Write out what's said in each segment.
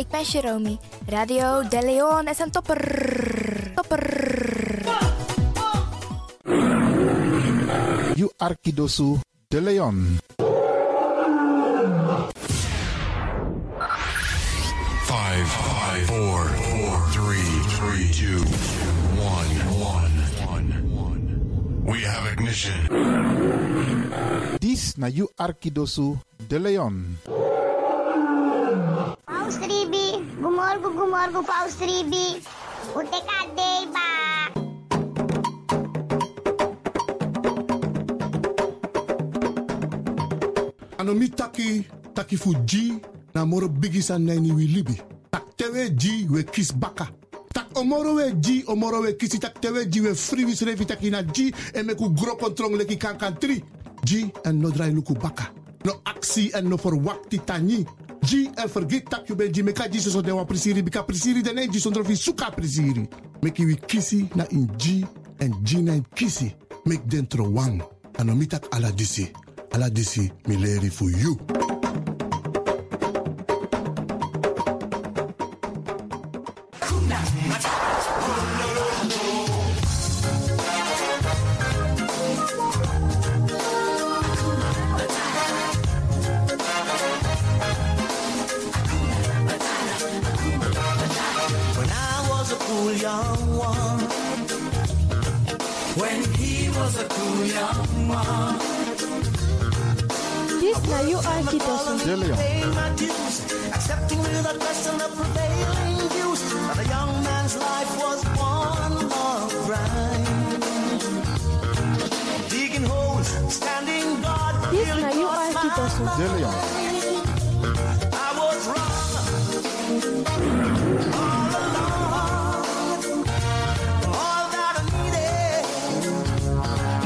ik ben Jerome. Radio De Leon is een topper. Topper. You Arkidosu de Leon. Five, five, four, four, three, three, two, one, one, one. We have ignition. This na You Arkidosu de Leon. Paus ribi, gumorgu gumorgu paus ribi. Ute kadei ba. ano mi taki taki fu ji na moro bigi san naini wi libi tak tewe ji we kis baka tak omoro we ji omoro we kisi tak tewe ji we free wi srevi taki na ji e meku gro kontrong leki kankan tri ji en no drai luku baka no aksi en no for wakti tani ji en forget tak yu be ji meka ji soso dewa prisiri bika prisiri dene ji sondro fi suka prisiri meki wi kisi na in ji en ji na in kisi mek dentro wang ano mi tak ala disi ala disi mi leri fu yu When I was a cool young one. When he was a cool young one. This na you are Kitosu. De Leon. Paying my dues, accepting without question the prevailing views. But a young man's life was one long grind. Digging holes, standing guard. This feeling na you for a are smile. Kitosu. De Leon. I was wrong. All along, all that I needed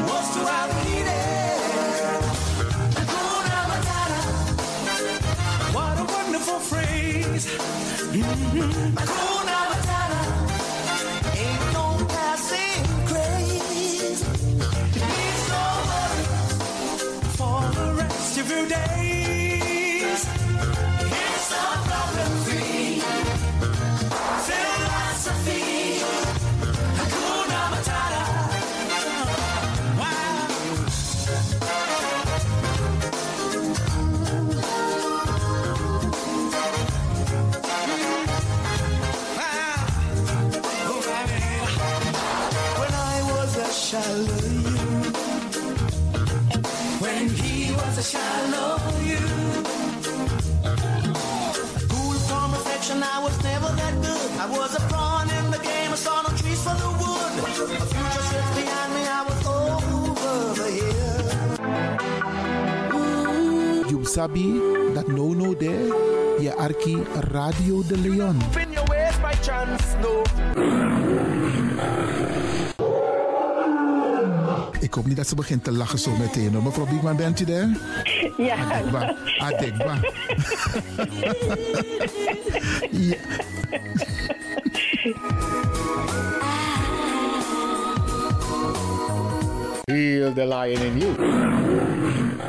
was to have needed. Hakuna Matata. What a wonderful phrase. Mm-hmm. Hakuna Matata. Ain't no passing craze. It's over for the rest of your days. It's a problem free philosophy. Hakuna Matata. Wow. Wow. Oh, baby. When I was a Shallow you, when he was a shallow you. Cool from reflection, I was never that good. I was a pawn in the game, I saw no trees for the wood. A future sits behind me, I was over the hill. You sabi that no no there. You Arki Radio de Leon. In your ways by chance, no. Ik hoop niet dat ze begint te lachen zo meteen. hoor. Mevrouw Biekman, bent u daar? ah, Ja, Adekba. Adekba. ja. Feel the lion in you.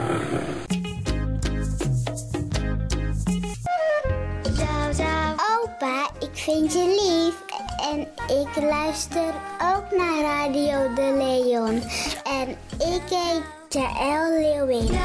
Zou, zou. Opa, ik vind je lief. En ik luister ook naar Radio De Leon. En ik heet Jaël Leeuwen.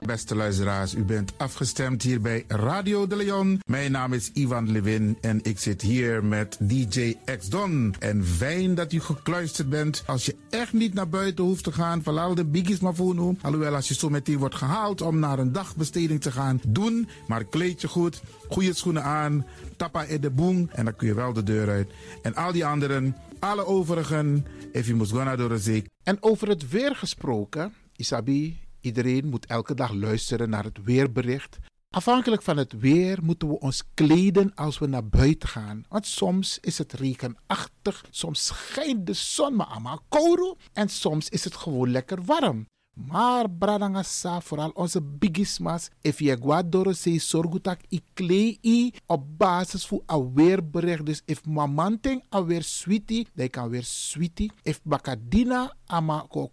Beste luisteraars, u bent afgestemd hier bij Radio de Leon. Mijn naam is Ivan Levin en ik zit hier met DJ X-Don. En fijn dat u gekluisterd bent. Als je echt niet naar buiten hoeft te gaan, verlaal de biggies maar voor nu. Alhoewel, als je zo meteen wordt gehaald om naar een dagbesteding te gaan, doen. Maar kleed je goed, goede schoenen aan, tappa in de boem en dan kun je wel de deur uit. En al die anderen, alle overigen, if you must go naar de zee. En over het weer gesproken, Isabi, Iedereen moet elke dag luisteren naar het weerbericht. Afhankelijk van het weer moeten we ons kleden als we naar buiten gaan. Want soms is het regenachtig, soms schijnt de zon maar allemaal kouro en soms is het gewoon lekker warm. Maar bradanga sa vooral onze bigismas. If je guadoro se sorgutak i klei i op basis voor aweerbericht. Dus if mamanting aweer sweetie, dan kan weer sweetie. If bakadina ama ko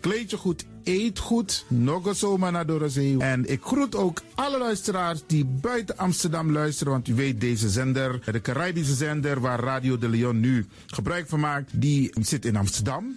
Kleed je goed, eet goed. Nog een zomaar naar Dorozee. En ik groet ook alle luisteraars die buiten Amsterdam luisteren. Want u weet, deze zender, de Caribische zender waar Radio de Leon nu gebruik van maakt, die zit in Amsterdam.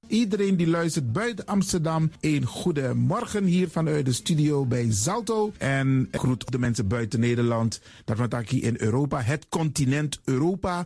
Iedereen die luistert buiten Amsterdam, een goede morgen hier vanuit de studio bij Zalto. En ik groet de mensen buiten Nederland, dat we het hier in Europa, het continent Europa.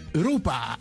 Europa.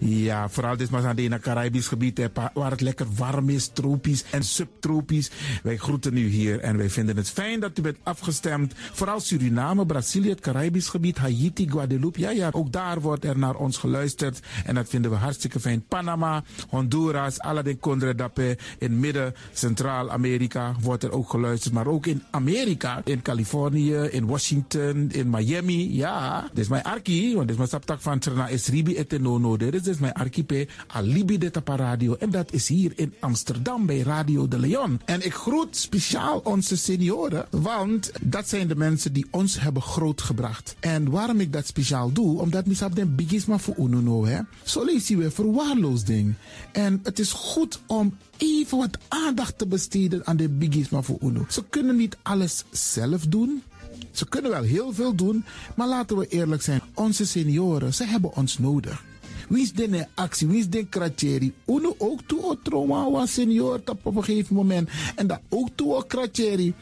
Ja, vooral dit maar aan het Caribisch gebied, hè, pa- waar het lekker warm is, tropisch en subtropisch. Wij groeten u hier en wij vinden het fijn dat u bent afgestemd. Vooral Suriname, Brazilië, het Caribisch gebied, Haiti, Guadeloupe. Ja, ja, ook daar wordt er naar ons geluisterd en dat vinden we hartstikke fijn. Panama, Honduras, Aladdin Condre Dapé, in midden, Centraal-Amerika wordt er ook geluisterd. Maar ook in Amerika, in Californië, in Washington, in Miami. Ja, dit is mijn arki, want dit is mijn saptak van Trena Esribi et Nono. Dit is dus mijn archipel Alibi de Tapa Radio. En dat is hier in Amsterdam bij Radio de Leon. En ik groet speciaal onze senioren, want dat zijn de mensen die ons hebben grootgebracht. En waarom ik dat speciaal doe, omdat misap den bigisma voor Ununo, hè. Zo lezen we verwaarloosding. En het is goed om even wat aandacht te besteden aan de bigisma voor Uno. Ze kunnen niet alles zelf doen. Ze kunnen wel heel veel doen, maar laten we eerlijk zijn. Onze senioren, ze hebben ons nodig. Wins den actie, wins den kratjeri. Uno ook toe o trauma wa senior tap op een gegeven moment. En dat ook toe o kratjeri.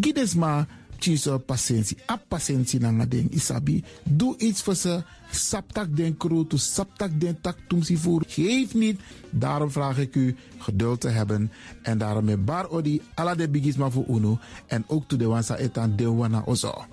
Gides maar, tjiso patiëntie. A patiëntie na nga ding, isabi. Doe iets voor ze. Saptak den kroto, saptak den tak tumsi voer. Geef niet. Daarom vraag ik u geduld te hebben. En daarom met bar odi, ala de bigisma voor uno. En ook toe de wansa etan de wana ozo.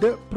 De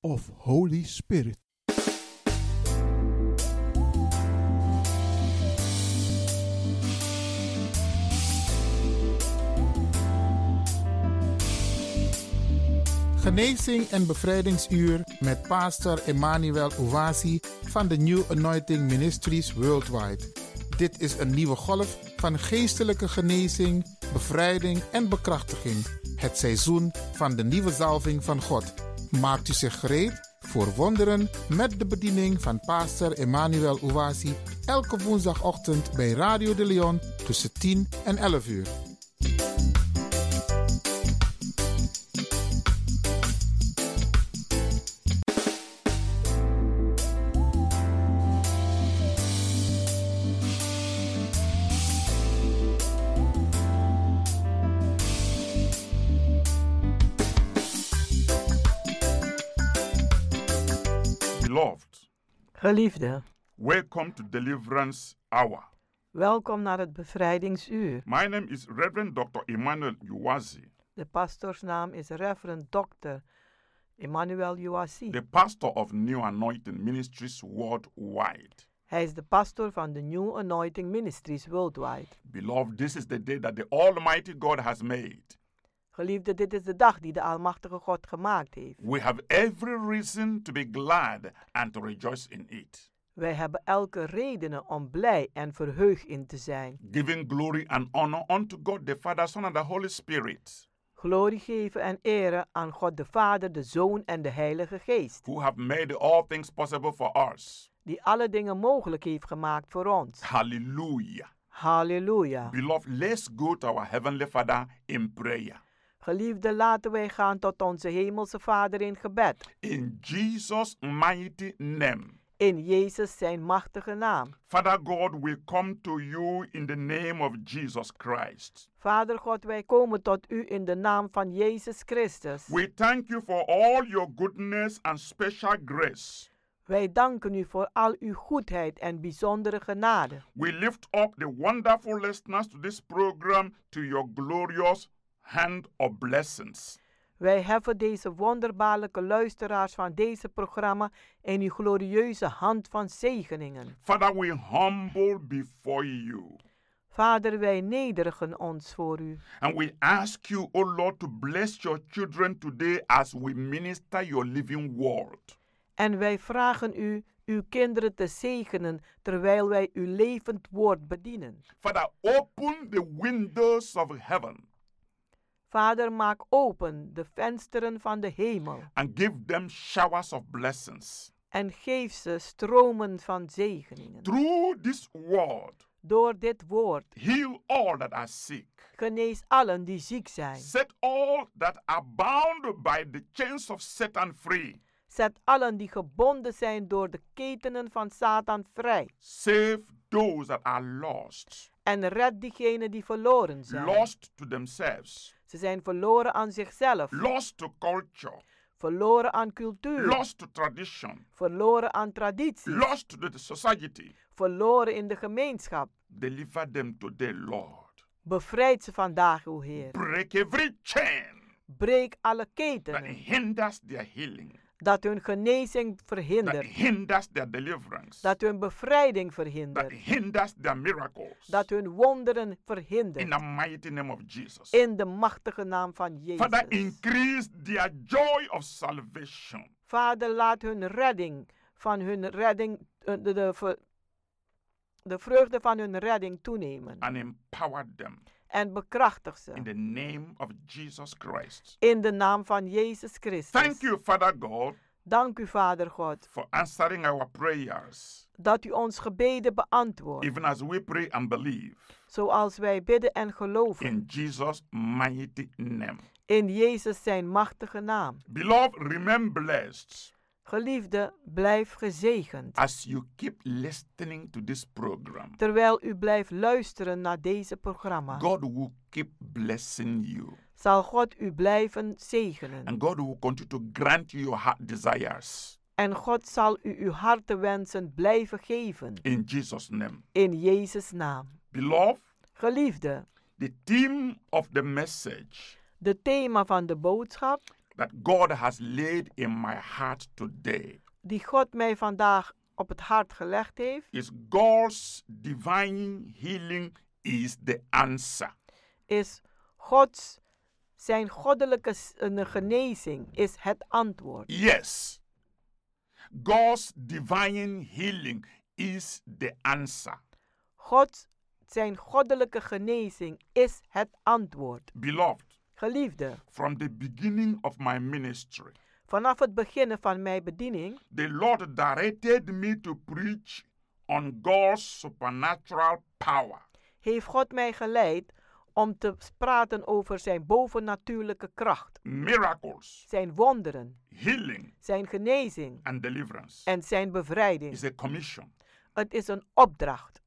of Holy Spirit. Genezing en bevrijdingsuur met pastor Emmanuel Owasi van de New Anointing Ministries Worldwide. Dit is een nieuwe golf van geestelijke genezing, bevrijding en bekrachtiging. Het seizoen van de nieuwe zalving van God. Maakt u zich gereed voor wonderen met de bediening van pastor Emmanuel Owasi elke woensdagochtend bij Radio de Leon tussen 10 en 11 uur. Beloved, Geliefde, welcome to Deliverance Hour. welkom naar het bevrijdingsuur. My name is Reverend Dr. Emmanuel Uwazi, De pastorsnaam is Reverend Dr. Emmanuel Uwasi. the pastor of New Anointing Ministries worldwide. Hij is de pastor van de New Anointing Ministries Worldwide. Beloved, this is the day that the Almighty God has made. Geliefde, dit is de dag die de Almachtige God gemaakt heeft. We have every reason to be glad and to rejoice in it, Wij hebben elke redenen om blij en verheugd in te zijn. giving glory and honor unto God the Father, Son, and the Holy Spirit, Glorie geven en eren aan God de Vader, de Zoon en de Heilige Geest, who have made all things possible for us. die alle dingen mogelijk heeft gemaakt voor ons. Hallelujah. Halleluja. Beloved, let's go to our Heavenly Father in prayer. Geliefde, laten wij gaan tot onze Hemelse Vader in gebed. In Jesus' mighty name. In Jezus zijn machtige naam. Father God, we come to you in the name of Jesus Christ. Vader God, wij komen tot u in de naam van Jezus Christus. We thank you for all your goodness and special grace. Wij danken u voor al uw goedheid en bijzondere genade. We lift up the wonderful listeners to this program to your glorious hand of blessings. Wij heffen deze wonderbaarlijke luisteraars van deze programma in uw glorieuze hand van zegeningen. Father, we humble before you Vader, wij nederigen ons voor u. and we ask you, O Lord, to bless your children today as we minister your living word. En wij vragen u uw kinderen te zegenen terwijl wij uw levend woord bedienen. Father, open the windows of heaven Vader, maak open de vensteren van de hemel and give them showers of blessings. en geef ze stromen van zegeningen. Through this word, Door dit woord heal all that are sick. genees allen die ziek zijn. Set all that are bound by the chains of Satan free. Zet allen die gebonden zijn door de ketenen van Satan vrij. Save those that are lost, En red diegenen die verloren zijn. lost to themselves, Ze zijn verloren aan zichzelf, lost to culture, verloren aan cultuur, lost to tradition, verloren aan tradities, lost to the society. verloren in de gemeenschap. Deliver them today, Lord. Bevrijd ze vandaag, o Heer. Break every chain Breek alle that ketenen hinders their healing, dat hun genezing that verhindert, hinders their deliverance, dat hun bevrijding that verhindert, hinders their miracles. dat hun wonderen In the verhindert. mighty name of Jesus. In de machtige naam van Father, Jezus. increase their joy of salvation. Vader, laat hun redding van hun redding, eh, de, de, ver- de vreugde van hun redding toenemen. and empower them En bekrachtig in ze. the name of Jesus Christ. In de naam van Jezus Christus. Thank you, Father God, Dank u, Vader God, for answering our prayers, dat u ons gebeden beantwoordt. even as we pray and believe. Zoals wij bidden en geloven. In Jesus' mighty name. In Jezus zijn machtige naam. Beloved, remain blessed Geliefde, blijf gezegend. as you keep listening to this program. Terwijl u blijft luisteren naar deze programma, God will keep blessing you, zal God u blijven zegenen. and God will continue to grant you your heart desires. En God zal u uw hartewensen blijven geven. In Jesus' name. In Jezus' naam. Beloved, Geliefde, the theme of the message de thema van de boodschap that God has laid in my heart today die God mij vandaag op het hart gelegd heeft, is God's divine healing is the answer. is Gods Zijn goddelijke s- eh, genezing is het antwoord. Yes. God's divine healing is the answer. God, zijn goddelijke genezing is het antwoord. Beloved, Geliefde, from the beginning of my ministry, vanaf het beginnen van mijn bediening the Lord directed me to preach on God's supernatural power. heeft God mij geleid om te praten over zijn bovennatuurlijke kracht, Miracles, zijn wonderen, healing, zijn genezing and deliverance en zijn bevrijding. is a commission. Het is een opdracht.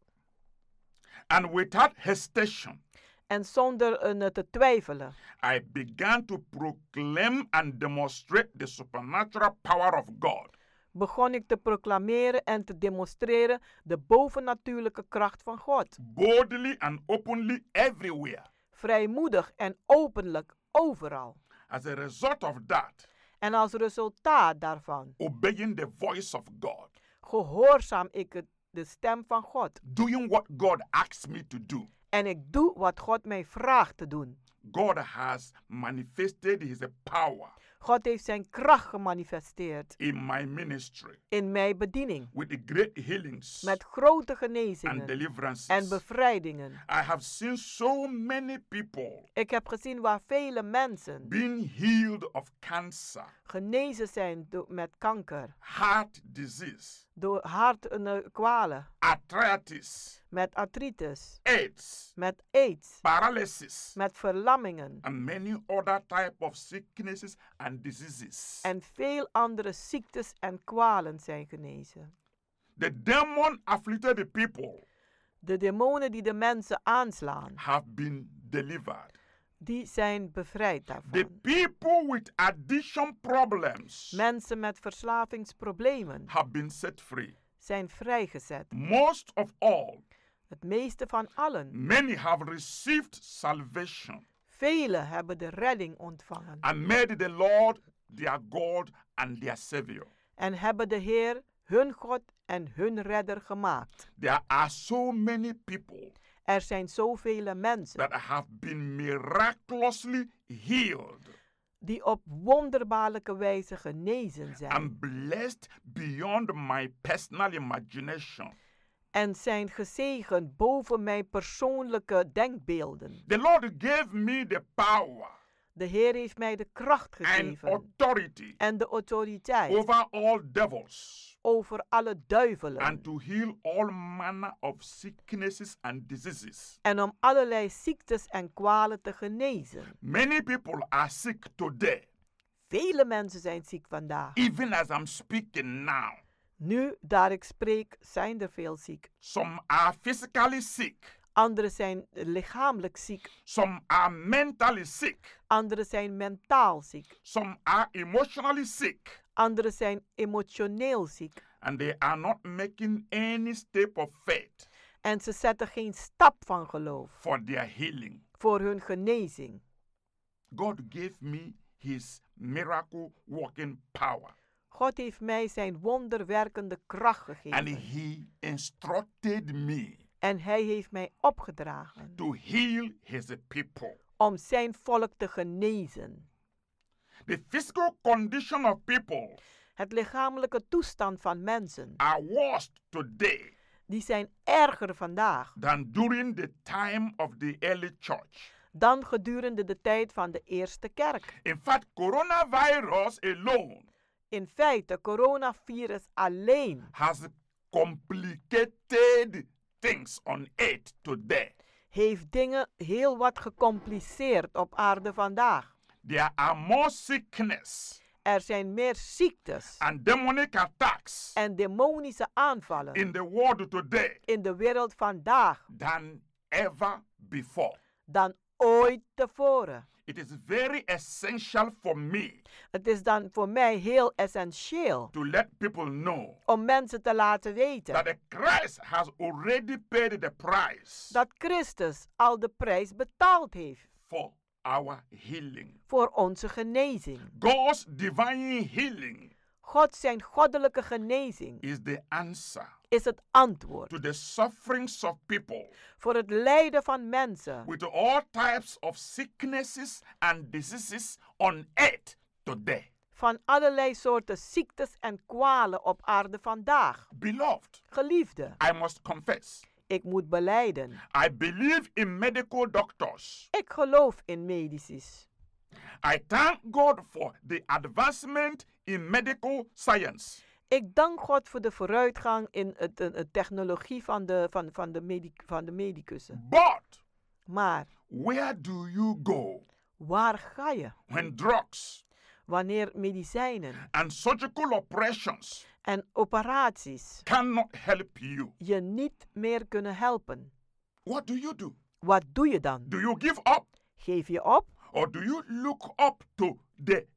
And without hesitation, En zonder eh, te twijfelen I began to proclaim and demonstrate the supernatural power of God. begon ik te proclameren en te demonstreren de bovennatuurlijke kracht van God. boldly and openly everywhere. Vrijmoedig en openlijk overal. As a result of that, En als resultaat daarvan obeying the voice of God, gehoorzaam ik het- de stem van God. doing what God asks me to do, En ik doe wat God mij vraagt te doen. God has manifested His power God heeft zijn kracht gemanifesteerd in my ministry in mijn bediening. with the great healings Met grote and genezingen deliverances. en bevrijdingen. I have seen so many people Ik heb gezien waar vele mensen being healed of cancer, genezen zijn do- met kanker, heart disease, door hart- en, eh, kwalen, arthritis, met artritis, AIDS, met aids, paralysis, met verlammingen and many other type of sicknesses and diseases. en veel andere ziektes en kwalen zijn genezen. The demon afflicted people De demonen die de mensen aanslaan, have been delivered. die zijn bevrijd The daarvan. people with addiction problems Mensen met verslavingsproblemen have been set free. zijn vrijgezet. Most of all, Het meeste van allen. many have received salvation Velen hebben de redding ontvangen and made the Lord their God and their Savior. en hebben de Heer hun God en hun redder gemaakt. There are so many people Er zijn zoveel mensen that have been miraculously healed die op wonderbaarlijke wijze genezen zijn and blessed beyond my personal imagination. en zijn gezegend boven mijn persoonlijke denkbeelden. The Lord gave me the power De Heer heeft mij de kracht and gegeven authority en de autoriteit over all devils over alle and duivelen to heal all manner of sicknesses and diseases. en om allerlei ziektes en kwalen te genezen. Many people are sick today, Vele mensen zijn ziek vandaag. even as I'm speaking now. Nu, daar ik spreek, zijn er veel ziek. Some are physically sick, Anderen zijn lichamelijk ziek. some are mentally sick, Anderen zijn mentaal ziek. some are emotionally sick, Anderen zijn emotioneel ziek. and they are not making any step of faith En ze zetten geen stap van geloof for their healing. voor hun genezing. God gave me his miracle working power. God heeft mij zijn wonderwerkende kracht And gegeven. he instructed me En hij heeft mij opgedragen to heal his people. om zijn volk te genezen. The physical condition of people Het lichamelijke toestand van mensen, are worse today die zijn erger vandaag than during the time of the early church. dan gedurende de tijd van de eerste kerk. In fact, coronavirus alone In feite, coronavirus alleen has complicated things on earth today. heeft dingen heel wat gecompliceerd op aarde vandaag. There are more sickness Er zijn meer ziektes and demonic attacks en demonische aanvallen in the world today in de wereld vandaag than ever before. dan ooit tevoren. It is very essential for me Het is dan voor mij heel essentieel to let people know om mensen te laten that weten the Christ has already paid the price dat Christus al de prijs betaald heeft for our healing. voor onze genezing. God's divine healing God zijn goddelijke genezing is the answer is het antwoord to the sufferings of people voor het lijden van mensen with all types of sicknesses and diseases on earth today. van allerlei soorten ziektes en kwalen op aarde vandaag. Beloved, Geliefde, I must confess, ik moet beleiden. I believe in medical doctors. Ik geloof in medici. I thank God for the advancement in medical science. Ik dank God voor de vooruitgang in het- de de technologie van de, van, van de, medi- van de medicussen. But Maar where do you go waar ga je when drugs wanneer medicijnen and surgical operations en operaties cannot help you? je niet meer kunnen helpen? What do you do? Wat doe je dan? Do you give up Geef je op or do you look up to the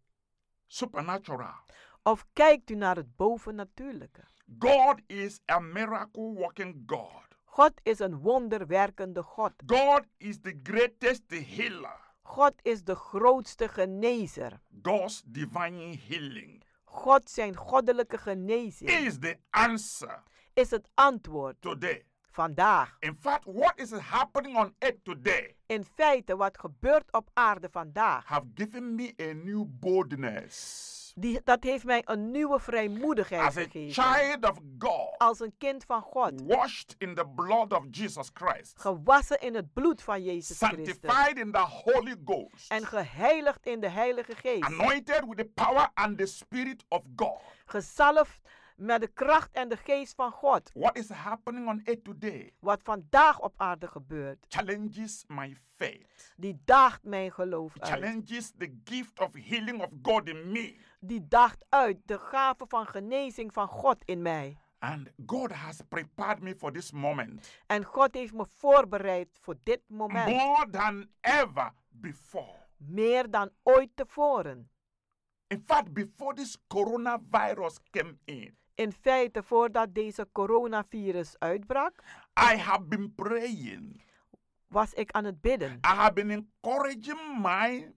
supernatural? of kijkt u naar het bovennatuurlijke? God is a miracle working God. God is een wonderwerkende God. God is the greatest healer. God is de grootste genezer. God's divine healing God zijn goddelijke genezing is the answer is het antwoord today. vandaag. In fact, what is happening on earth today In feite wat gebeurt op aarde vandaag, have given me a new boldness. die, dat heeft mij een nieuwe vrijmoedigheid As a gegeven. child of God, Als een kind van Oh, Mm. God, washed in the blood of Jesus Christ, gewassen in het bloed van Jezus Christus sanctified in the Holy Ghost, en geheiligd in de Heilige Geest, anointed with the power and the Spirit of God. gezalfd met de kracht en de geest van God. What is happening on earth today Wat vandaag op aarde gebeurt, challenges my faith, die daagt mijn geloof uit. challenges the gift of healing of God in me. die daagt uit de gave van genezing van God in mij. And God has prepared me for this moment En God heeft me voorbereid voor dit moment. more than ever before. Meer dan ooit tevoren. In fact, before this coronavirus came in, In feite, voordat deze coronavirus uitbrak, I have been praying. was ik aan het bidden. I have been encouraging my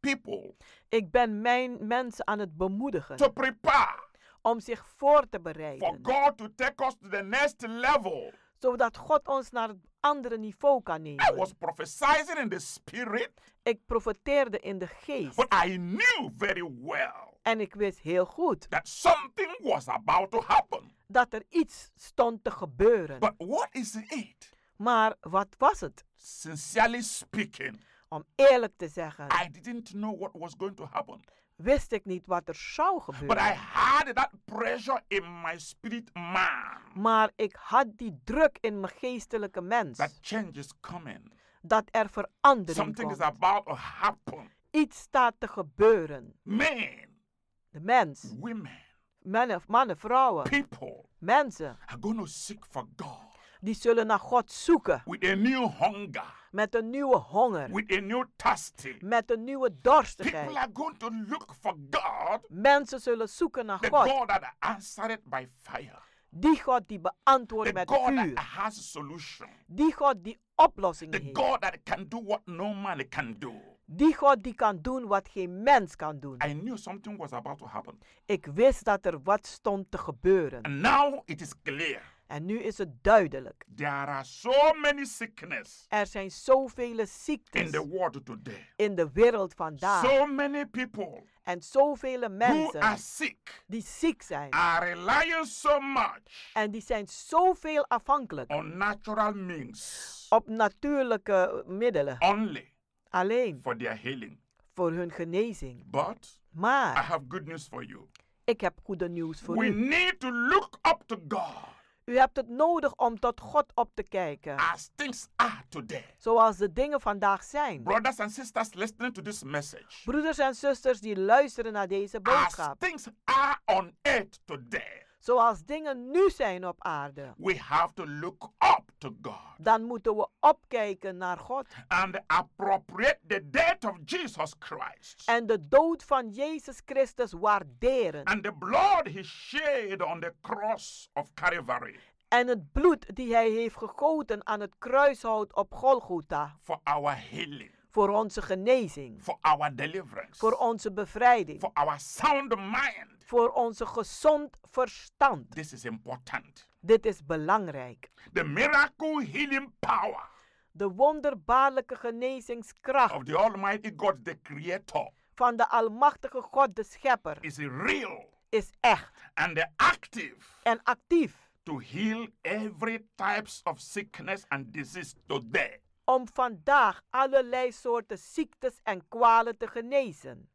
people Ik ben mijn mensen aan het to bemoedigen prepare om zich voor te for bereiden. God to take us to the next level. Zodat God ons naar het andere niveau kan I nemen. was prophesizing in the spirit, Ik profeteerde in de but geest. I knew very well En ik wist heel goed that something was about to happen. dat er iets stond te gebeuren. But what is it? Maar wat was het? Sincerely speaking, Om eerlijk te zeggen, I didn't know what was going to happen. wist ik niet wat er zou But I gebeuren. had that pressure in my spirit man Maar ik had die druk in mijn geestelijke that mens change is coming. dat er verandering Something is komt. about to happen. Iets staat te gebeuren. Men, De mens, women, mannen, mannen vrouwen, people mensen, are going to seek for God die zullen naar God zoeken with a new hunger, met een nieuwe honger, with a new thirsty. met een nieuwe People dorstigheid. are going to look for God, Mensen zullen zoeken naar the God, God that answered by fire, die God die the beantwoordt met God that vuur, has solution, die God die oplossing the heeft, God that can do what no man can do. die God die kan doen wat geen mens kan doen. I knew something was about to happen. Ik wist dat er wat stond te gebeuren. And now it is clear. En nu is het duidelijk. There are so many sickness Er zijn zoveel in ziektes the world today. in de wereld vandaag. So many people En zoveel who Ah. are mensen sick die ziek zijn. are relying so much En die zijn zoveel afhankelijk on natural means op natuurlijke middelen. only Alleen for their healing. voor hun genezing. But I Maar have good news for you. ik heb goede nieuws voor We u. need to look up to God U hebt het nodig om tot God op te kijken. as things are today. Zoals de dingen vandaag zijn. Brothers and sisters listening to this message, Broeders en zusters die luisteren naar deze as boodschap. things are on earth today, Zoals dingen nu zijn op aarde. we have to look up to God. dan moeten we opkijken naar God and appropriate the death of Jesus Christ en de dood van Jezus Christus waarderen. and the blood he shed on the cross of Calvary En het bloed die hij heeft gegoten aan het kruishout op Golgotha for our healing. Voor onze genezing. for our deliverance, Voor onze bevrijding. for our sound mind. Voor onze gezond verstand. This is important. Dit is belangrijk. The miracle healing power De wonderbaarlijke genezingskracht of the Almighty God, the Creator, van de Almachtige God, de Schepper, is real is echt and active en actief to heal every types of sickness and disease today. om vandaag allerlei soorten ziektes en kwalen te genezen.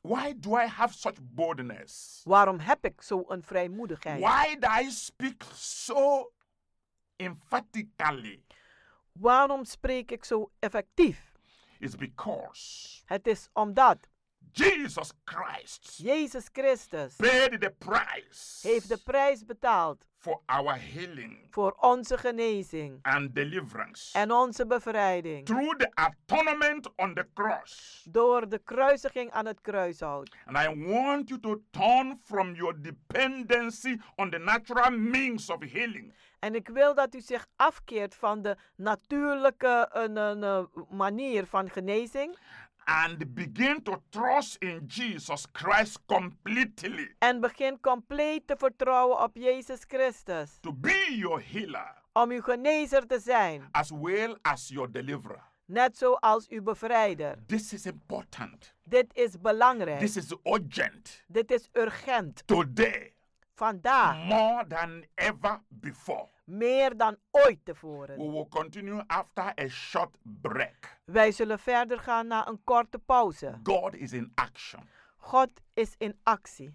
Why do I have such boldness? Waarom heb ik zo'n vrijmoedigheid? Why do I speak so emphatically? Waarom spreek ik zo effectief? It's because Het is omdat Jesus Christ Jezus Christus paid the price heeft de prijs betaald for our healing voor onze genezing and deliverance en onze bevrijding through the atonement on the cross. door de kruisiging aan het kruishout. And I want you to turn from your dependency on the natural means of healing En ik wil dat u zich afkeert van de natuurlijke een, een, eh, manier van genezing and begin to trust in Jesus Christ completely en begin compleet te vertrouwen op Jezus Christus to be your healer om uw genezer te zijn, as well as your deliverer. net zoals uw bevrijder. This is important. Dit is belangrijk. This is urgent Dit is urgent. today Vandaag more than ever before. meer dan ooit We tevoren. will continue after a short break. Wij zullen verder gaan na een korte pauze. God is in action. God is in actie.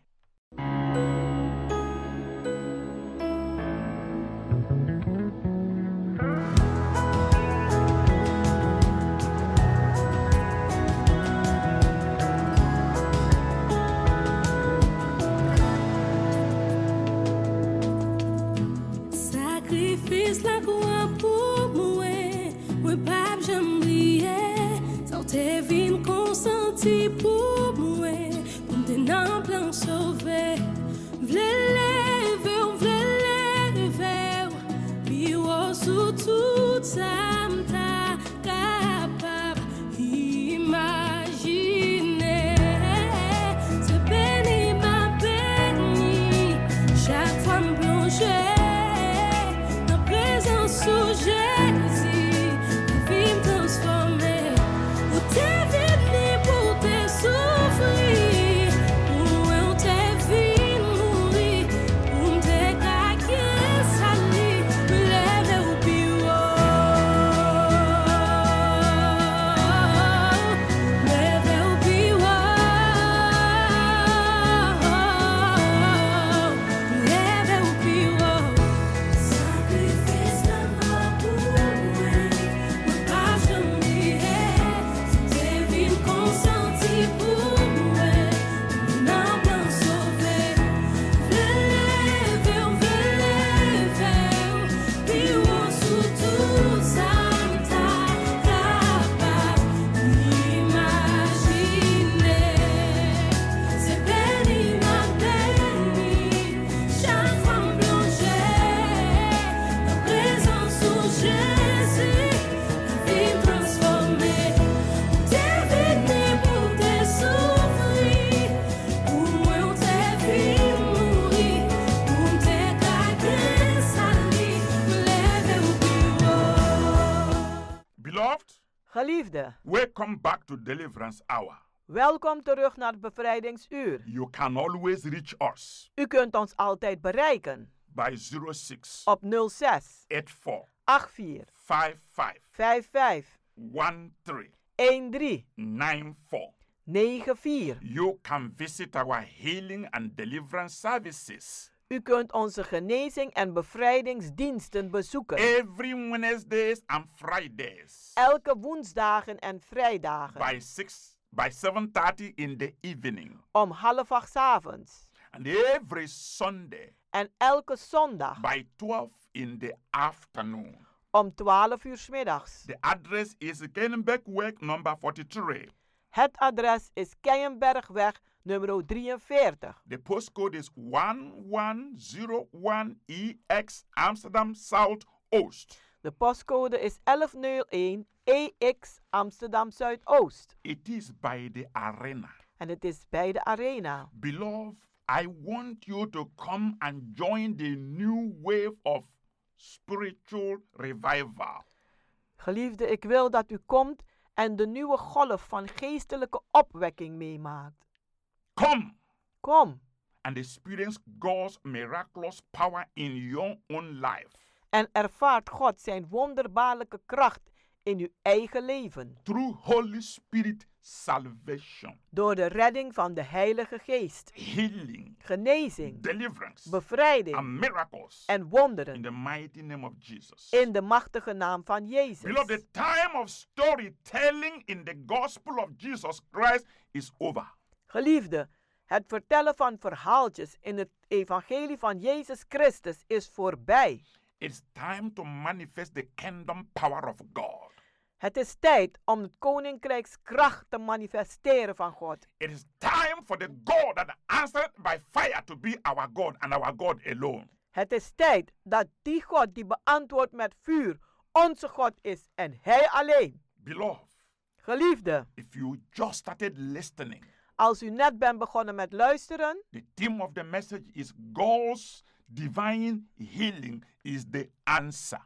Sakrifis la kwa pou mwen, mwen pap jam blye. Sa ou te vin konsanti pou mwen, pou mte nan plan sove. Vle leve ou vle leve ou, bi ou sou tout sa mta kapab imagine. Se beni ma beni, chak fwa m plonje. Na prezans sou Jezi, la vi m transforme. Ou te vini pou te soufri, ou eu te vin mouri, ou m te kake sali, me leve ou biwo. Leve ou biwo. Leve ou biwo. Sacrifice la mwa pou mwen, mwen pa jom liye. Se vin konsanti pou mwen, mwen nan plan sove. Vle leve ou vle leve ou, pi ou sou tout sa mta kapab imagine. Se beni ma beni, chan fam blonje Na prezans ou jesi, la vim transforme Te vini pou te soufri Ou mwen te vim mouri Ou mte kage sali, mleve ou biwo Beloved, Geliefde, welcome back to Deliverance Hour. welkom terug naar het bevrijdingsuur. You can always reach us U kunt ons altijd bereiken by 06 op 06 84 84 55 55 13 13 94. 94. You can visit our healing and deliverance services U kunt onze genezing en bevrijdingsdiensten bezoeken. every Wednesdays and Fridays Elke woensdagen en vrijdagen by 6 by 7:30 in the evening om half acht 's avonds. and every Sunday En elke zondag by 12 in the afternoon. om 12 uur 's middags. The address is Kennebec Work number 43. Het adres is Keienbergweg nummer 43. The postcode is 1101EX Amsterdam E South Oost. De postcode is 1101 EX E Amsterdam Zuidoost. It is by the arena. En het is bij de arena. Beloved, I want you to come and join the new wave of spiritual revival. Geliefde, ik wil dat u komt en de nieuwe golf van geestelijke opwekking meemaakt. Come Kom and experience God's miraculous power in your own life. en ervaart God zijn wonderbaarlijke kracht in uw eigen leven. Through Holy Spirit salvation, Door de redding van de Heilige Geest, healing, genezing, deliverance, bevrijding and miracles en in wonderen the mighty name of Jesus. in de machtige naam van Jezus. Beloved, the time of storytelling in the gospel of Jesus Christ is over. Geliefde, het vertellen van verhaaltjes in het evangelie van Jezus Christus is voorbij. It's time to manifest the kingdom power of God. Het is tijd om het koninkrijkskracht te manifesteren van God. It is time for the God that answered by fire to be our God and our God alone. Het is tijd dat die God die beantwoordt met vuur onze God is en Hij alleen. Beloved, Geliefde, if you just started listening, als u net bent begonnen met luisteren, the theme of the message is God's divine healing is the answer.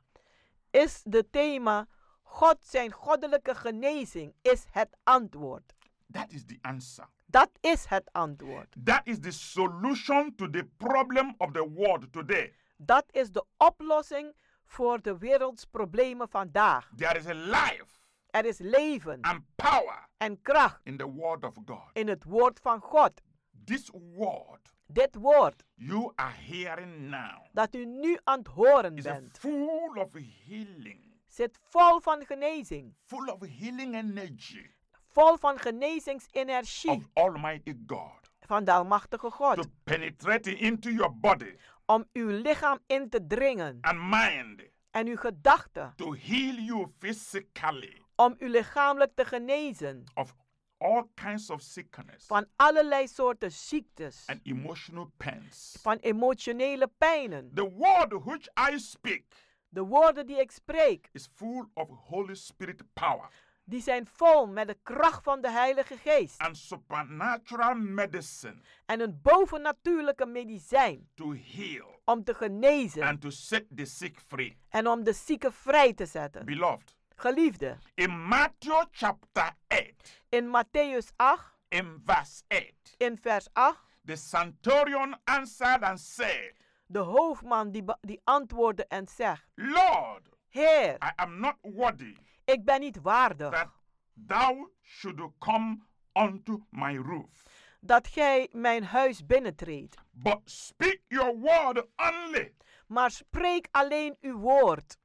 is de thema God zijn goddelijke genezing is het antwoord. That is the answer. Dat is het antwoord. That is the solution to the problem of the world today. Dat is de oplossing voor de wereldsproblemen vandaag. There is a life Er is leven and power en kracht in the word of God. in het woord van God. This word Dit woord you are hearing now dat u nu aan het horen is a bent, full of healing, zit vol van genezing, full of healing energy vol van of genezingsenergie Almighty God van de Almachtige God. to penetrate into your body Om uw lichaam in te dringen and mind en uw gedachten, to heal you physically om u lichamelijk te genezen of all kinds of sickness van allerlei soorten ziektes, and emotional pains. van emotionele pijnen. The word which I speak De woorden die ik spreek, is full of Holy Spirit power die zijn vol met de kracht van de Heilige Geest and supernatural medicine en een bovennatuurlijke medicijn to heal om te genezen and to set the sick free. en om de zieken vrij te zetten. Beloved, Geliefde, in Matthew chapter 8, in Matthäus 8, in verse 8, in vers 8, the centurion answered and said, de hoofdman die, be- die antwoordde en zegt, Lord, Heer, I am not worthy ik ben niet that waardig thou should come unto my roof, dat gij mijn huis binnentreedt, but speak your word only, maar spreek alleen uw woord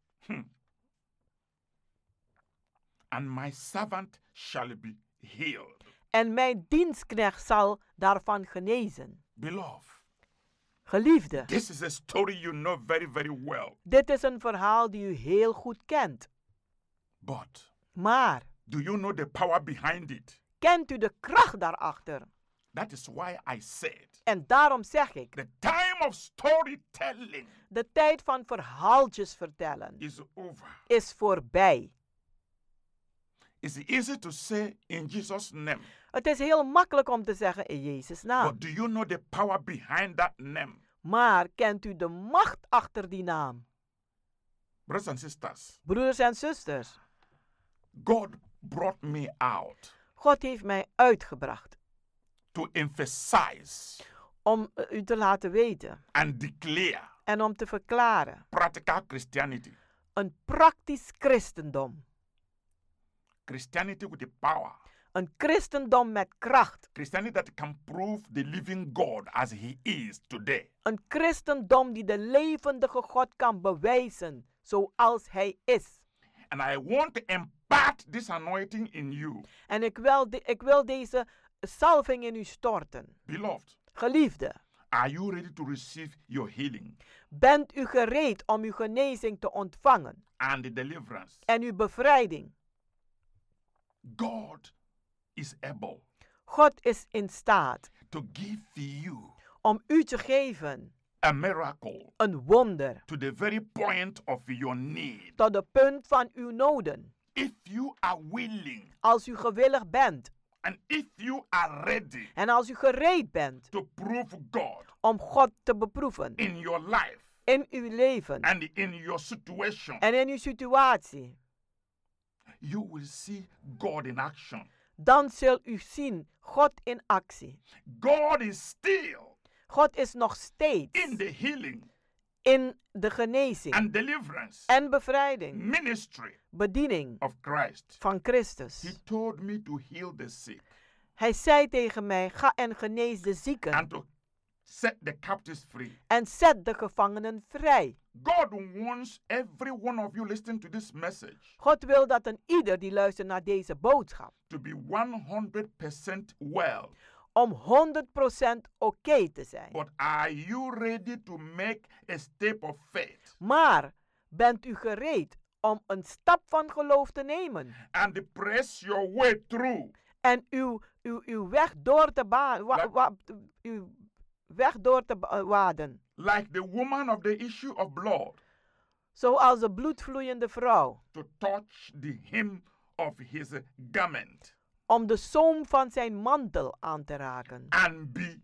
and my servant shall be healed. en mijn dienstknecht zal daarvan genezen. Beloved, Geliefde, this is a story you know very, very well, dit is een verhaal die u heel goed kent, but maar do you know the power behind it? kent u de kracht daarachter? That is why I said, En daarom zeg ik, the time of storytelling de tijd van verhaaltjes vertellen is over. is voorbij. It's easy to say in Jesus' name, Het is heel makkelijk om te zeggen in Jezus' naam. but do you know the power behind that name? Maar kent u de macht achter die naam? Brothers and sisters, Broeders en zusters, God brought me out God heeft mij uitgebracht to emphasize om eh, u te laten weten and declare en om te verklaren practical Christianity. een praktisch christendom. Christianity with the power. Een christendom met kracht. Christianity that can prove the living God as He is today. Een christendom die de levendige God kan bewijzen zoals hij is. And I want to impart this anointing in you, En ik wil, de- ik wil deze salving in u storten. beloved. Geliefde, Are you ready to receive your healing bent u gereed om uw genezing te ontvangen and the deliverance? en uw bevrijding? God is able God is in staat to give you om u te geven a miracle. Een wonder. To the very point of your need. Tot de punt van uw noden. If you are willing. Als u gewillig bent. And if you are ready. En als u gereed bent. To prove God. Om God te beproeven. In your life. In uw leven. And in your situation. En in uw situatie. You will see God in action. Dan zult u zien God in actie. God is still God is nog steeds in the healing in de genezing and deliverance en bevrijding, ministry bediening of Christ. van Christus. He told me to heal the sick Hij zei tegen mij: Ga en genees de zieken and to set the captives free. en zet de gevangenen vrij. God wants every one of you listening to this message God wil dat een ieder die luistert naar deze boodschap to be 100% well. om 100% oké te zijn. But are you ready to make a step of faith? Maar bent u gereed om een stap van geloof te nemen and press your way through en uw, uw, uw weg door te baan, wa, wa- uw weg door te ba- waden, like the woman of the issue of blood zoals de bloedvloeiende vrouw, to touch the hem of his garment om de zoom van zijn mantel aan te raken and be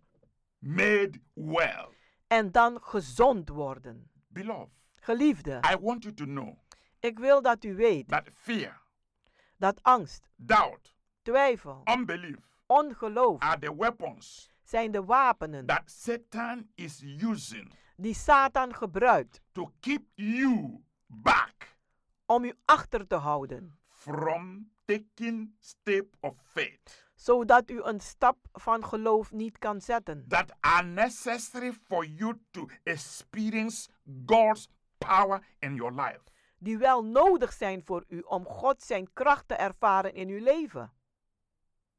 made well. en dan gezond worden. Beloved, Geliefde, I want you to know ik wil dat u weet that fear, dat angst, doubt, twijfel, unbelief ongeloof are the weapons zijn de wapenen that Satan is using die Satan gebruikt to keep you back om u achter te houden, from taking step of faith zodat u een stap van geloof niet kan zetten, that are necessary for you to experience God's power in your life. die wel nodig zijn voor u om God zijn kracht te ervaren in uw leven.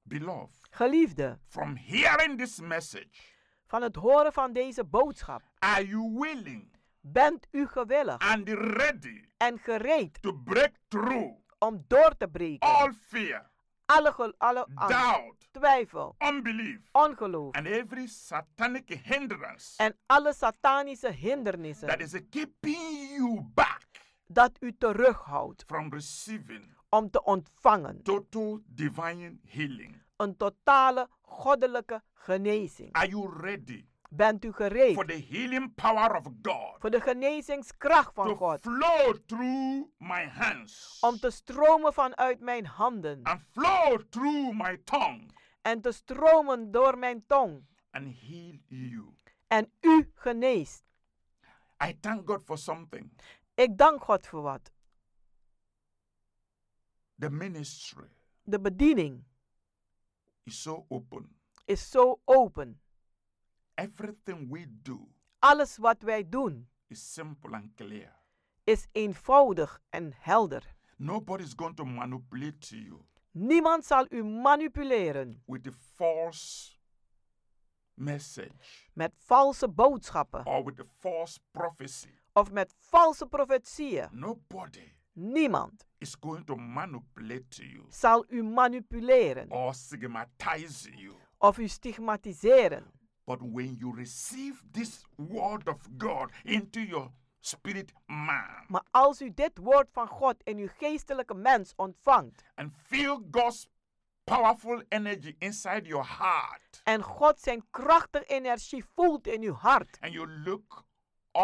Beloved, Geliefde, from hearing this message, van het horen van deze boodschap, are you willing bent u gewillig and ready en gereed to break through om door te breken all fear, alle, gel- alle angst, doubt, twijfel, unbelief, ongeloof and every satanic hindrance en alle satanische hindernissen that is keeping you back dat u terughoudt from receiving om te ontvangen total divine healing? een totale goddelijke genezing. Are you ready Bent u gereed for the healing power of God? voor de genezingskracht van to God flow through my hands om te stromen vanuit mijn handen and flow through my tongue en te stromen door mijn tong and heal you. en u geneest. I thank God for something. Ik dank God voor wat. The ministry De bediening is so open. is zo open. Everything we do Alles wat wij doen is simple and clear. is eenvoudig en helder. Nobody's going to manipulate you Niemand zal u manipuleren with a false message met valse boodschappen or with a false prophecy. of met valse profetieën. Nobody Niemand is going to manipulate you zal u manipuleren or stigmatize you. of u stigmatiseren. But when you receive this word of God into your spirit man Maar als u dit woord van God in uw geestelijke mens ontvangt and feel God's powerful energy inside your heart, en God zijn krachtige energie voelt in uw hart and you look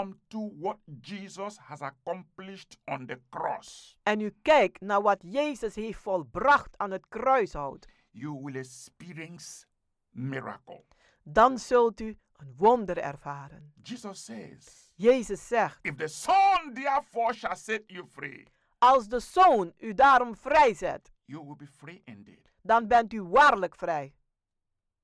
unto what Jesus has accomplished on the cross, en u kijkt naar wat Jezus heeft volbracht aan het kruishout, you will experience miracle. dan zult u een wonder ervaren. Jesus says, Jezus zegt, If the Son therefore shall set you free, als de Zoon u daarom vrijzet, you will be free indeed. dan bent u waarlijk vrij.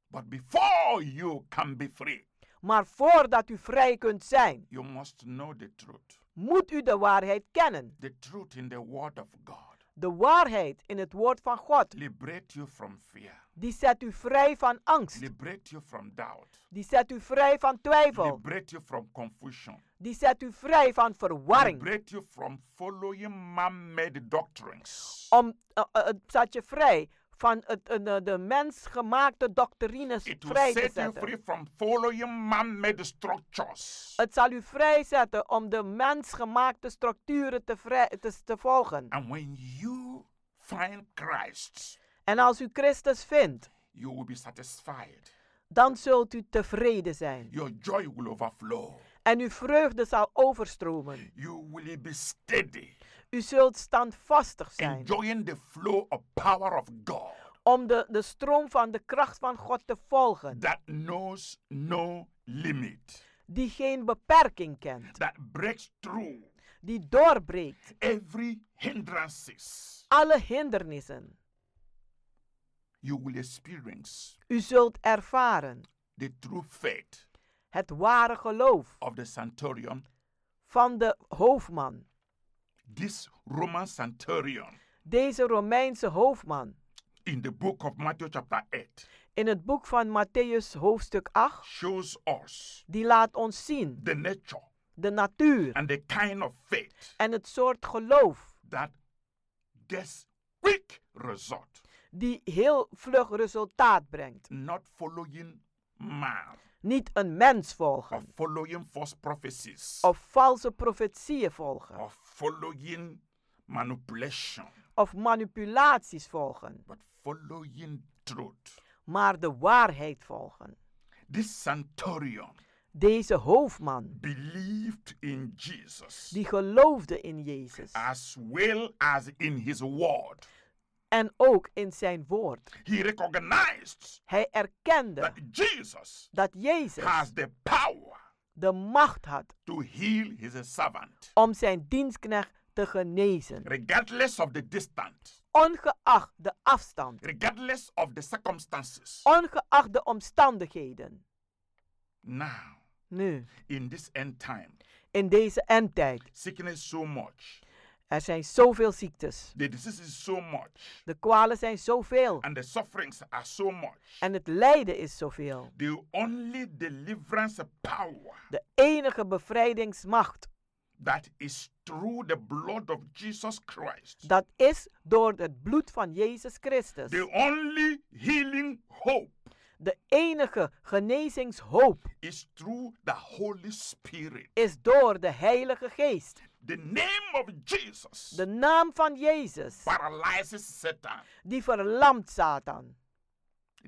But before you can be free, Maar voordat u vrij kunt zijn, you must know the truth. moet u de waarheid kennen. the truth in the word of God De waarheid in het woord van God, liberate you from fear die zet u vrij van angst. liberate you from doubt Die zet u vrij van twijfel. liberate you from confusion Die zet u vrij van verwarring. liberate you from following man-made doctrines Oh, Om, eh, eh, het zet je vrij van het, eh, de, de mensgemaakte doctrines It will vrij te set you zetten. free from following man-made structures Het zal u vrijzetten om de mensgemaakte structuren te, vrij, te, te volgen. And when you find Christ, En als u Christus vindt, you will be satisfied. dan zult u tevreden zijn. Your joy will overflow. En uw vreugde zal overstromen. You will be steady, U zult standvastig zijn. enjoying the flow of power of God Om de, de stroom van de kracht van God te volgen. that knows no limit, Die geen beperking kent. that breaks through Die doorbreekt every hindrances. alle hindernissen. You will experience U zult ervaren the true faith het ware geloof of the centurion. van de hoofdman. This Roman centurion Deze Romeinse hoofdman. in the book of Matthew chapter 8 In het boek van Matthäus hoofdstuk 8. shows us Die laat ons zien the nature de natuur and the kind of faith en het soort geloof that gets quick result, die heel vlug resultaat brengt. not following man Niet een mens or volgen following false prophecies of valse profetieën volgen or following manipulation, of manipulaties volgen, but following truth. maar de waarheid volgen. This centurion Deze hoofdman believed in Jesus die geloofde in Jezus as well as in his word. en ook in zijn woord. He recognized Hij erkende that Jesus dat Jezus has the power de macht had to heal his servant, om zijn dienstknecht te genezen, regardless of the distance, ongeacht de afstand, regardless of the circumstances. ongeacht de omstandigheden. Now, Nu, in this end time, in deze endtijd, sickness so much, er zijn zoveel ziektes. the disease is so much, De kwalen zijn zoveel and the sufferings are so much. en het lijden is zoveel. The only deliverance power De enige bevrijdingsmacht, that is through the blood of Jesus Christ, dat is door het bloed van Jezus Christus. the only healing hope De enige genezingshoop is through the Holy Spirit. is door de Heilige Geest. The name of Jesus De naam van Jezus, paralyzes Satan. die verlamt Satan.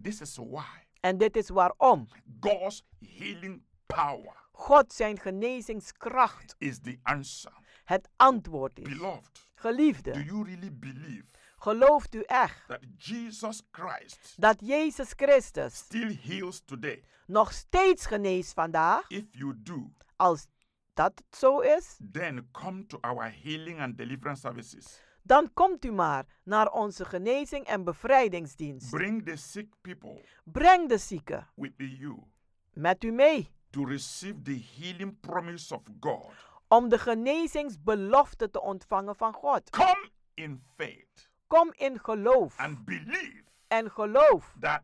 This is why En dit is waarom God's healing power God zijn genezingskracht is the answer. het antwoord is. Beloved, do Geliefde, you really believe gelooft u echt that Jesus Christ dat Jezus Christus still heals today? nog steeds geneest vandaag? If you do, Als dat het zo is, then come to our healing and deliverance services. dan komt u maar naar onze genezing en bevrijdingsdienst. Bring the sick people Breng de zieke with you met u mee to receive the healing promise of God. om de genezingsbelofte te ontvangen van God. Come in faith Kom in geloof and believe en geloof that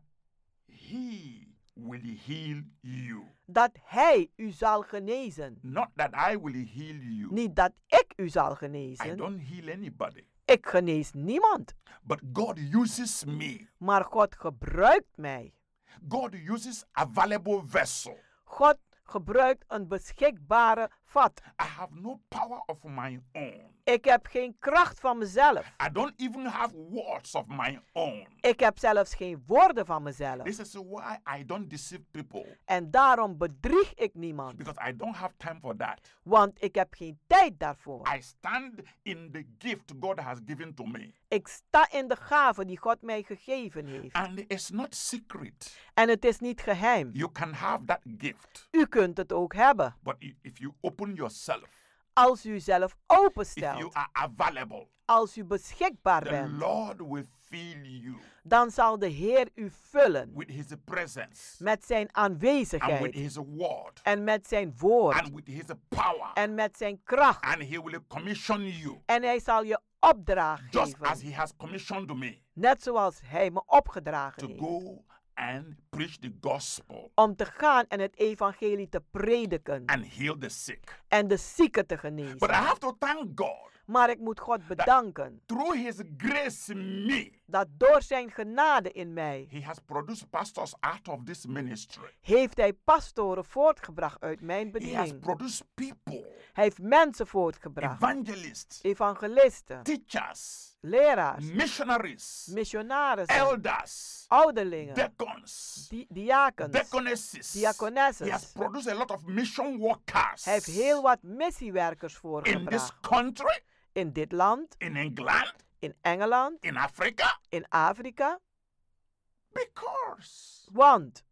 He will heal you. dat Hij u zal genezen. Not that I will heal you. Niet dat ik u zal I genezen. don't heal anybody. Ik genees niemand. But God uses me. Maar God gebruikt mij. God uses available vessel. God gebruikt een beschikbare vat. I have no power of my own. Ik heb geen kracht van mezelf. I don't even have words of my own. Ik heb zelfs geen woorden van mezelf. This is why I don't deceive people En daarom bedrieg ik niemand, because I don't have time for that. want ik heb geen tijd daarvoor. I stand in the gift God has given to me. Ik sta in de gave die God mij gegeven heeft. And it's not secret. En het is niet geheim. You can have that gift. U kunt het ook hebben But i- if you open yourself, als u zelf if you openstelt, are available, als u beschikbaar the bent. Lord will fill you Dan zal de Heer u vullen with His presence met zijn and with aanwezigheid His word en met zijn woord and with His power. en met zijn kracht. And He will commission you En hij zal je opdracht just as geven, He has commissioned me net zoals hij me to opgedragen heeft, go and preach the gospel om te gaan en het evangelie te prediken. and heal the sick. en de zieken te But I genezen. have to thank God Maar ik moet God bedanken. Through his grace in me, dat door zijn genade in mij he has produced pastors out of this ministry. heeft hij pastoren voortgebracht uit mijn He uh, has bediening. produced people, Hij heeft mensen voortgebracht. evangelists, Evangelisten, teachers, leraars, missionaries, missionarissen, elders, ouderlingen, deacons, di- diakens, deaconesses. He has diaconesses. produced a lot of mission workers Hij heeft heel wat missiewerkers in this voortgebracht. country, In dit land, in England, in Engeland, in Africa, in Afrika. because Want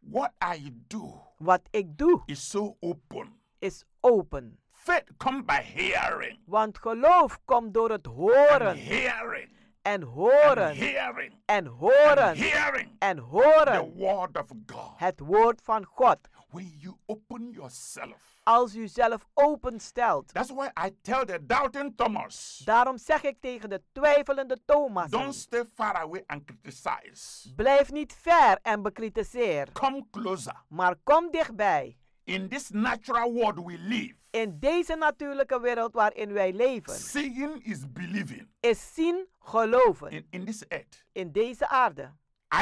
what I do wat ik doe is so open. is open. Faith come by hearing, Want geloof komt door het and horen hearing, en and horen hearing, en and horen hearing en the horen word of God. het woord van God. When you open yourself, Als u zelf openstelt. that's why I tell the doubting Thomas, Daarom zeg ik tegen de twijfelende don't Thomas. stay far away and criticize. Blijf niet ver en bekritiseer. Come closer. Maar kom dichtbij. In this natural world we live, In deze natuurlijke wereld waarin wij leven. seeing is believing. Is zien geloven. In, in this earth, In deze aarde.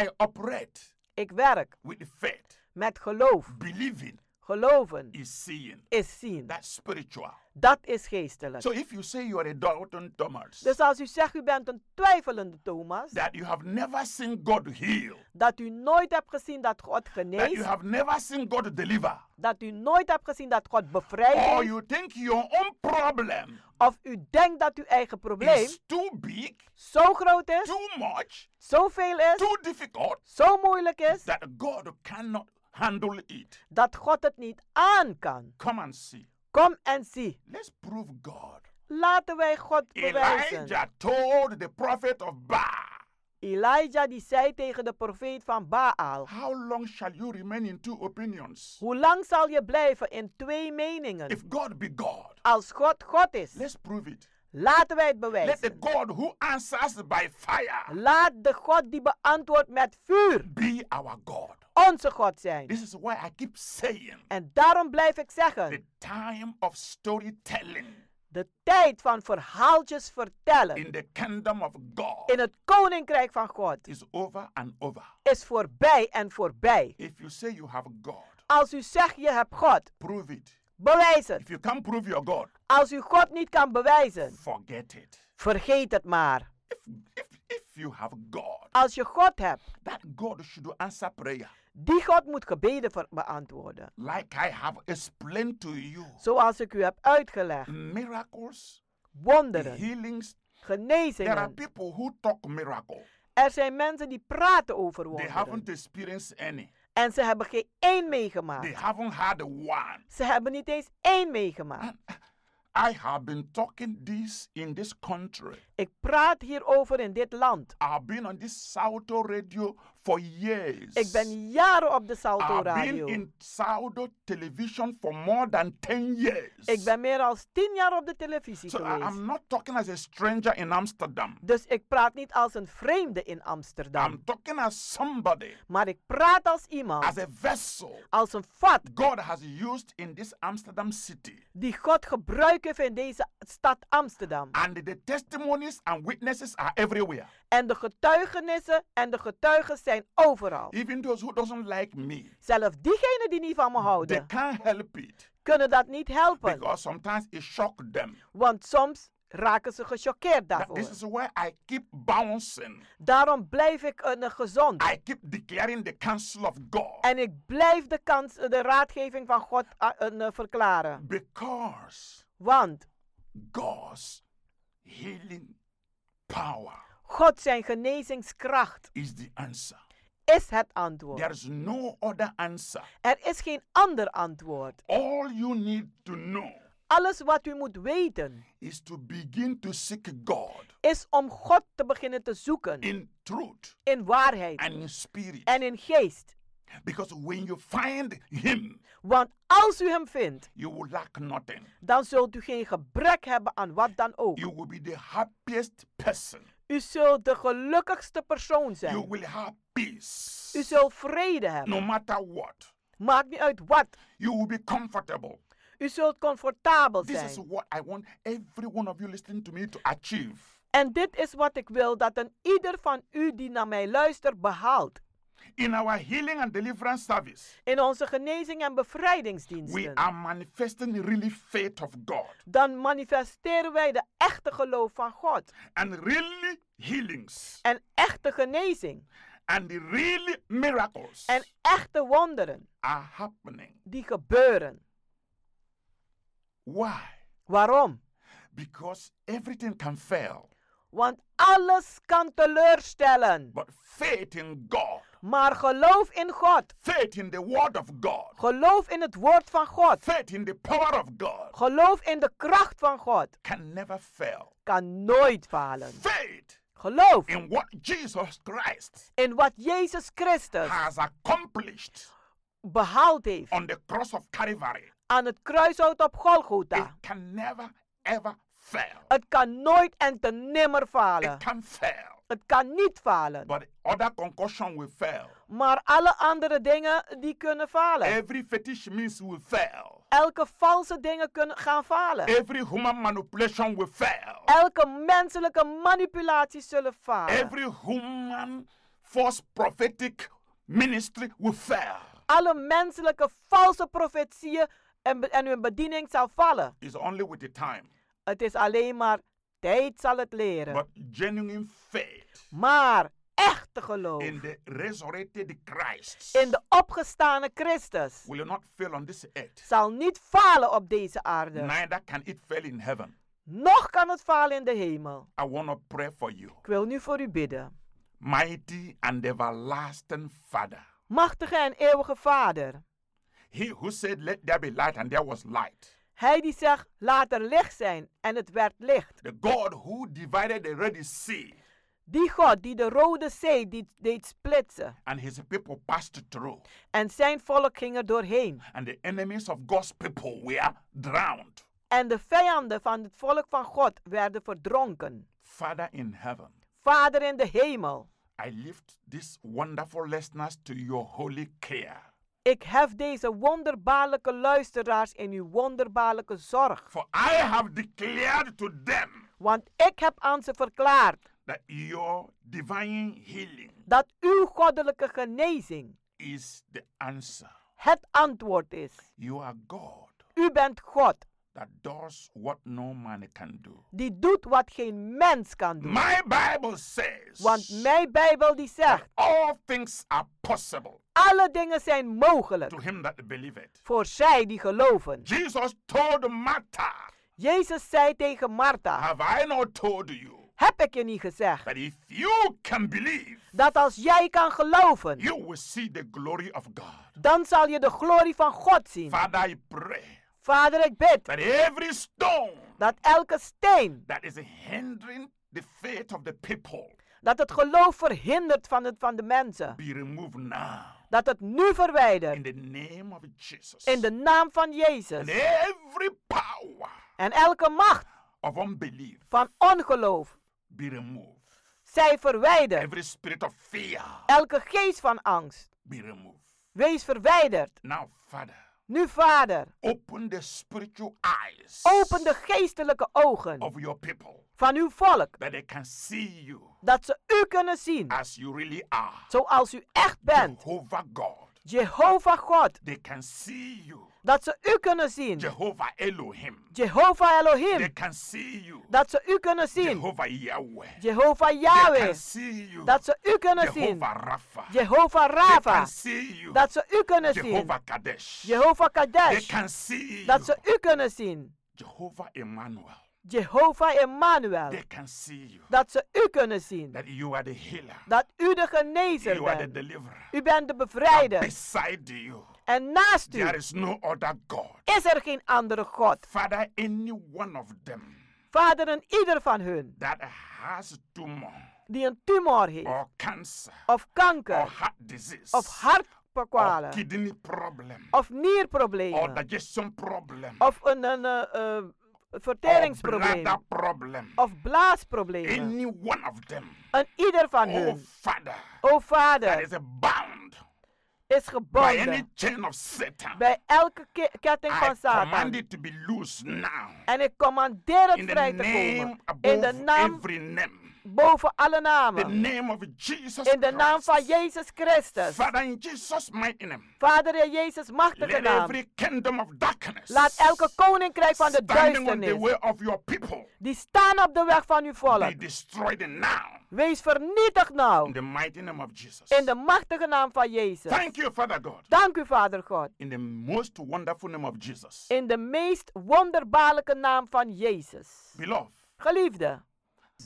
I operate Ik werk with faith. met geloof. Believing Geloven is seeing. is zien. That's spiritual. Dat is geestelijk. So if you say you are a doubting Thomas, Dus als u zegt u bent een twijfelende Thomas, that you have never seen God heal, dat u nooit hebt gezien dat God that you geneest, have never seen God deliver, dat u nooit hebt gezien dat God bevrijdt, or heeft, you think your own problem of u denkt dat uw eigen probleem is too big, zo groot is, too much, zoveel is, too difficult, zo moeilijk is, that God cannot handle it, dat God het niet aan kan. come and see. Kom en zie. Let's prove God. Laten wij God bewijzen. Elijah told the prophet of Baal, Elijah die zei tegen de profeet van Baal, How long shall you remain in two opinions? hoe lang zal je blijven in twee meningen? If God be God, Als God God is, let's prove it. laten wij het Let the bewijzen. God who answers by fire Laat de God die beantwoordt met vuur be our God. onze God zijn. This is why I keep saying En daarom blijf ik the zeggen, time of storytelling de tijd van verhaaltjes vertellen in the kingdom of God in het koninkrijk van God is over and over. is voorbij en voorbij. If you say you have God, Als u zegt je hebt God, prove it. bewijs het. If you can't prove your God, Als u God niet kan bewijzen, forget it. vergeet het maar. If, if, if you have God, Als je God hebt, that God should answer prayer die God moet gebeden ver- beantwoorden. like I have explained to you. Zoals ik u heb uitgelegd. Miracles, Wonderen, healings. There are genezingen. people who talk miracle. Er zijn mensen die praten over They wonderen. haven't experienced any. En ze hebben geen één They meegemaakt. haven't had one. Ze hebben niet eens één meegemaakt. I have been talking this in this country. Ik praat hierover in dit land. I've been on this Sauto radio for years. Ik ben jaren op de Salto I've Radio. been in Saudo television for more than 10 years. Ik ben meer dan tien jaar op de televisie so I, geweest. am not talking as a stranger in Amsterdam. Dus ik praat niet als een vreemde in I'm Amsterdam. talking as somebody, Maar ik praat als as iemand, a vessel als een vat God has used in this Amsterdam city. die God gebruikt heeft in deze stad Amsterdam. And the testimonies and witnesses are everywhere. En de getuigenissen en de getuigen zijn overal. Even those who doesn't like me, Zelfs diegenen die niet van me they houden, can't help it. kunnen dat niet helpen. Because sometimes it shocks them. Want soms raken ze gechoqueerd That daarvoor. this is why I keep bouncing. Daarom blijf ik een eh, gezond. I keep declaring the counsel of God. En ik blijf de, kans, eh, de raadgeving van God ah, eh, eh, verklaren. Because Want God's healing power God zijn genezingskracht is the answer. is het antwoord. There is no other answer. Er is geen ander antwoord. All you need to know Alles wat u moet weten is to begin to seek God is om God te beginnen te zoeken in truth in waarheid and in spirit. en in geest. Because when you find Him, Want als u hem vindt, you will lack nothing. dan zult u geen gebrek hebben aan wat dan ook. You will be the happiest person. U zult de gelukkigste persoon You zijn. will have peace. U zult vrede hebben. No matter what, Maakt niet uit wat. you will be comfortable. U zult comfortabel This zijn. is what I want every one of you listening to me to achieve. En dit is wat ik wil dat een ieder van u die naar mij luistert behaalt. In our healing and deliverance service, In onze genezing en we bevrijdingsdiensten. are manifesting really faith of God Dan manifesteren wij de echte geloof van God. and really healings En echte genezing. and the really miracles En echte wonderen are happening. die gebeuren. Why? Waarom? Because everything can fail, Want alles kan teleurstellen. but faith in God, Maar geloof in God. faith in the word of God, Geloof in het woord van God. faith in the power of God Geloof in de kracht van God. can never fail. Kan nooit falen. Faith Geloof in what Jesus Christ in wat Jezus Christus has accomplished behaald heeft on the cross of Calvary. aan het kruishout op It Golgotha. can never ever fail. Het kan nooit en te nimmer falen. It can fail, Het kan niet falen. but other concussion will fail. Maar alle andere dingen die kunnen falen. Every fetish means will fail. Elke valse dingen kunnen gaan falen. Every human manipulation will fail. Elke menselijke manipulatie zullen falen. Every human false prophetic ministry will fail. Alle menselijke valse profetieën en, be- en hun bediening zal vallen. It's only with the time. Het is alleen maar tijd zal het leren. But genuine faith Maar echte geloof in the resurrected Christ in de opgestane Christus will not fail on this earth. zal niet falen op deze aarde. Neither can it fail in heaven. Nog kan het falen in de hemel. I want to pray for you. Ik wil nu voor u bidden. Mighty and everlasting Father, Machtige en eeuwige Vader, He who said, Let there be light, and there was light. Hij die zegt, laat er licht zijn en het werd licht. The God who divided the Red Sea Die God die de rode zee die deed splitsen. and his people passed through, En zijn volk ging er doorheen. and the enemies of God's people were drowned. En de vijanden van het volk van God werden verdronken. Father in heaven, Vader in de hemel, I lift these wonderful listeners to your holy care. ik hef deze wonderbaarlijke luisteraars in uw wonderbaarlijke zorg. For I have declared to them Want ik heb aan ze verklaard that your divine healing dat uw goddelijke genezing is the answer. het antwoord is. You are God U bent God that does what no man can do. die doet wat geen mens kan doen. My Bible says Want mijn Bijbel die zegt, all things are possible alle dingen zijn mogelijk to him that believeth. voor zij die geloven. Jesus told Martha, Jezus zei tegen Martha, Have I not told you heb ik je niet gezegd that if you can believe, dat als jij kan geloven, you will see the glory of God? dan zal je de glorie van God zien. Father, I pray Vader, ik bid that every stone dat elke steen, that is hindering the faith of the people dat het geloof verhindert van, het, van de mensen, be removed now dat het nu in verwijdert the name of Jesus. in de naam van and Jezus. every power En elke macht of unbelief van ongeloof, be removed. zij verwijderd. Every spirit of fear Elke geest van angst, be removed. wees verwijderd. Now, Father, Nu, Vader, open the spiritual eyes Open de geestelijke ogen of your people van uw volk, that they can see you dat ze u kunnen zien as you really are. zoals u echt bent. Jehovah God. Jehovah God, They can see you. dat ze u kunnen zien. Jehovah Elohim. Jehovah They Elohim, can see you. dat ze u kunnen zien. Jehovah Yahweh. Jehovah They can Mm. Yahweh, see you. dat ze u kunnen zien. Jehovah Rapha. Jehovah They can Rava, see you. dat ze u kunnen zien. Jehovah Kadesh. Jehovah They Kadesh, can see dat you. ze u kunnen zien. Jehovah Emmanuel. Jehovah Emmanuel, They can see you. dat ze u kunnen zien. That you are the healer. Dat u de genezer You are the bent. deliverer. U bent That de bevrijder. beside you, En naast u there is no other God. is er geen andere God. Father, any one of them Vader, en ieder van hun that has tumor die een tumor heeft, or cancer of or kanker, heart disease of or hartkwalen, kidney problem of or nierproblemen, digestion problem of een, een eh, eh, or verteringsprobleem, bladder problem, of blaasproblemen. any one of them, En ieder van oh hun, Father, o that Vader, is bound is by gebonden any chain of Satan. bij elke ke- ketting I van command Satan. it to be loose now. En ik commandeer In het the vrij te name komen. In de above naam, every name. boven alle The namen. name of Jesus In de naam van Jezus Christus. Father, in Jesus' mighty name. Vader in Jezus machtige Let naam. every kingdom of darkness Laat elke koninkrijk van de standing on the way duisternis. of your people Die staan op de weg van uw volk. be destroyed now. Wees vernietigd In nou. the mighty name of Jesus. In de machtige naam van Jezus. Thank you, Father God. Dank u Vader God. In the most wonderful name of Jesus. In de meest wonderbaarlijke naam van Jezus. Beloved, Geliefde,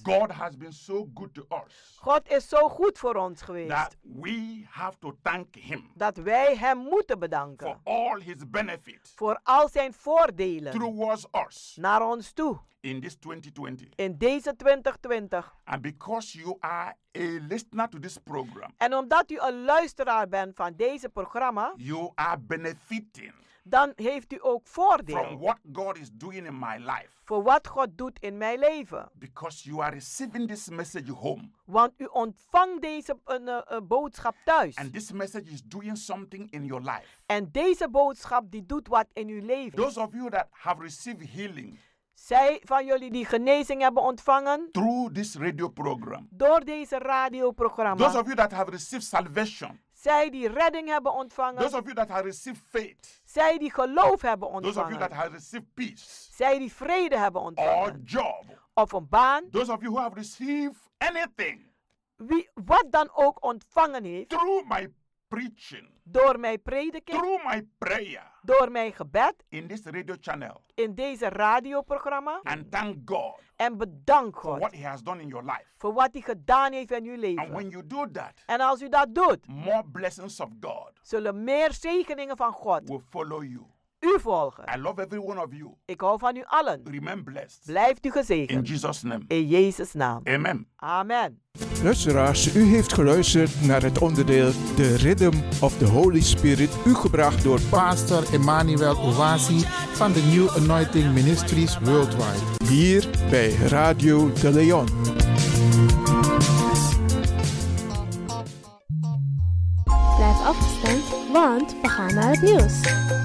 God has been so good to us God is zo goed voor ons geweest. that we have to thank Him Dat wij Hem moeten bedanken. all His benefit Voor al zijn voordelen. towards us Naar ons toe. in this 2020. In deze 2020. And because you are a listener to this program, En omdat u een luisteraar bent van deze programma. you are benefiting Dan heeft u ook from voordeel. what God is doing in my life Voor wat God doet in mijn leven. because you are receiving this message home. Want u ontvangt deze eh, eh, eh, boodschap thuis. And this message is doing something in your life. En deze boodschap die doet wat in uw leven. Those of you that have received healing Zij van jullie die genezing hebben ontvangen through this radio program, door deze those radioprogramma. of you that have received salvation, Zij die redding hebben those ontvangen. of you that have received faith, Zij die geloof hebben those of you that ontvangen. have received peace Zij die vrede hebben or ontvangen. job, Of een baan. those of you who have received anything Wie wat dan ook ontvangen heeft. through my preaching, Door mijn prediking. through my prayer Door mijn gebed. in this radio channel. In deze radioprogramma. And thank God En bedank for God what He has done in your life. voor wat hij gedaan heeft in uw And when leven. you do that, En als u dat doet, more blessings of God zullen meer zegeningen van God will follow you. u volgen. I love every one of you. Ik hou van u allen. Remain blessed. Blijft u gezegend. In Jesus' name. In Jezus' naam. Amen. Amen. Luisteraars, u heeft geluisterd naar het onderdeel The Rhythm of the Holy Spirit, u gebracht door Pastor Emmanuel Owasi van de New Anointing Ministries Worldwide. hier bij Radio de Leon. Blijf afgestemd, want we gaan naar het nieuws.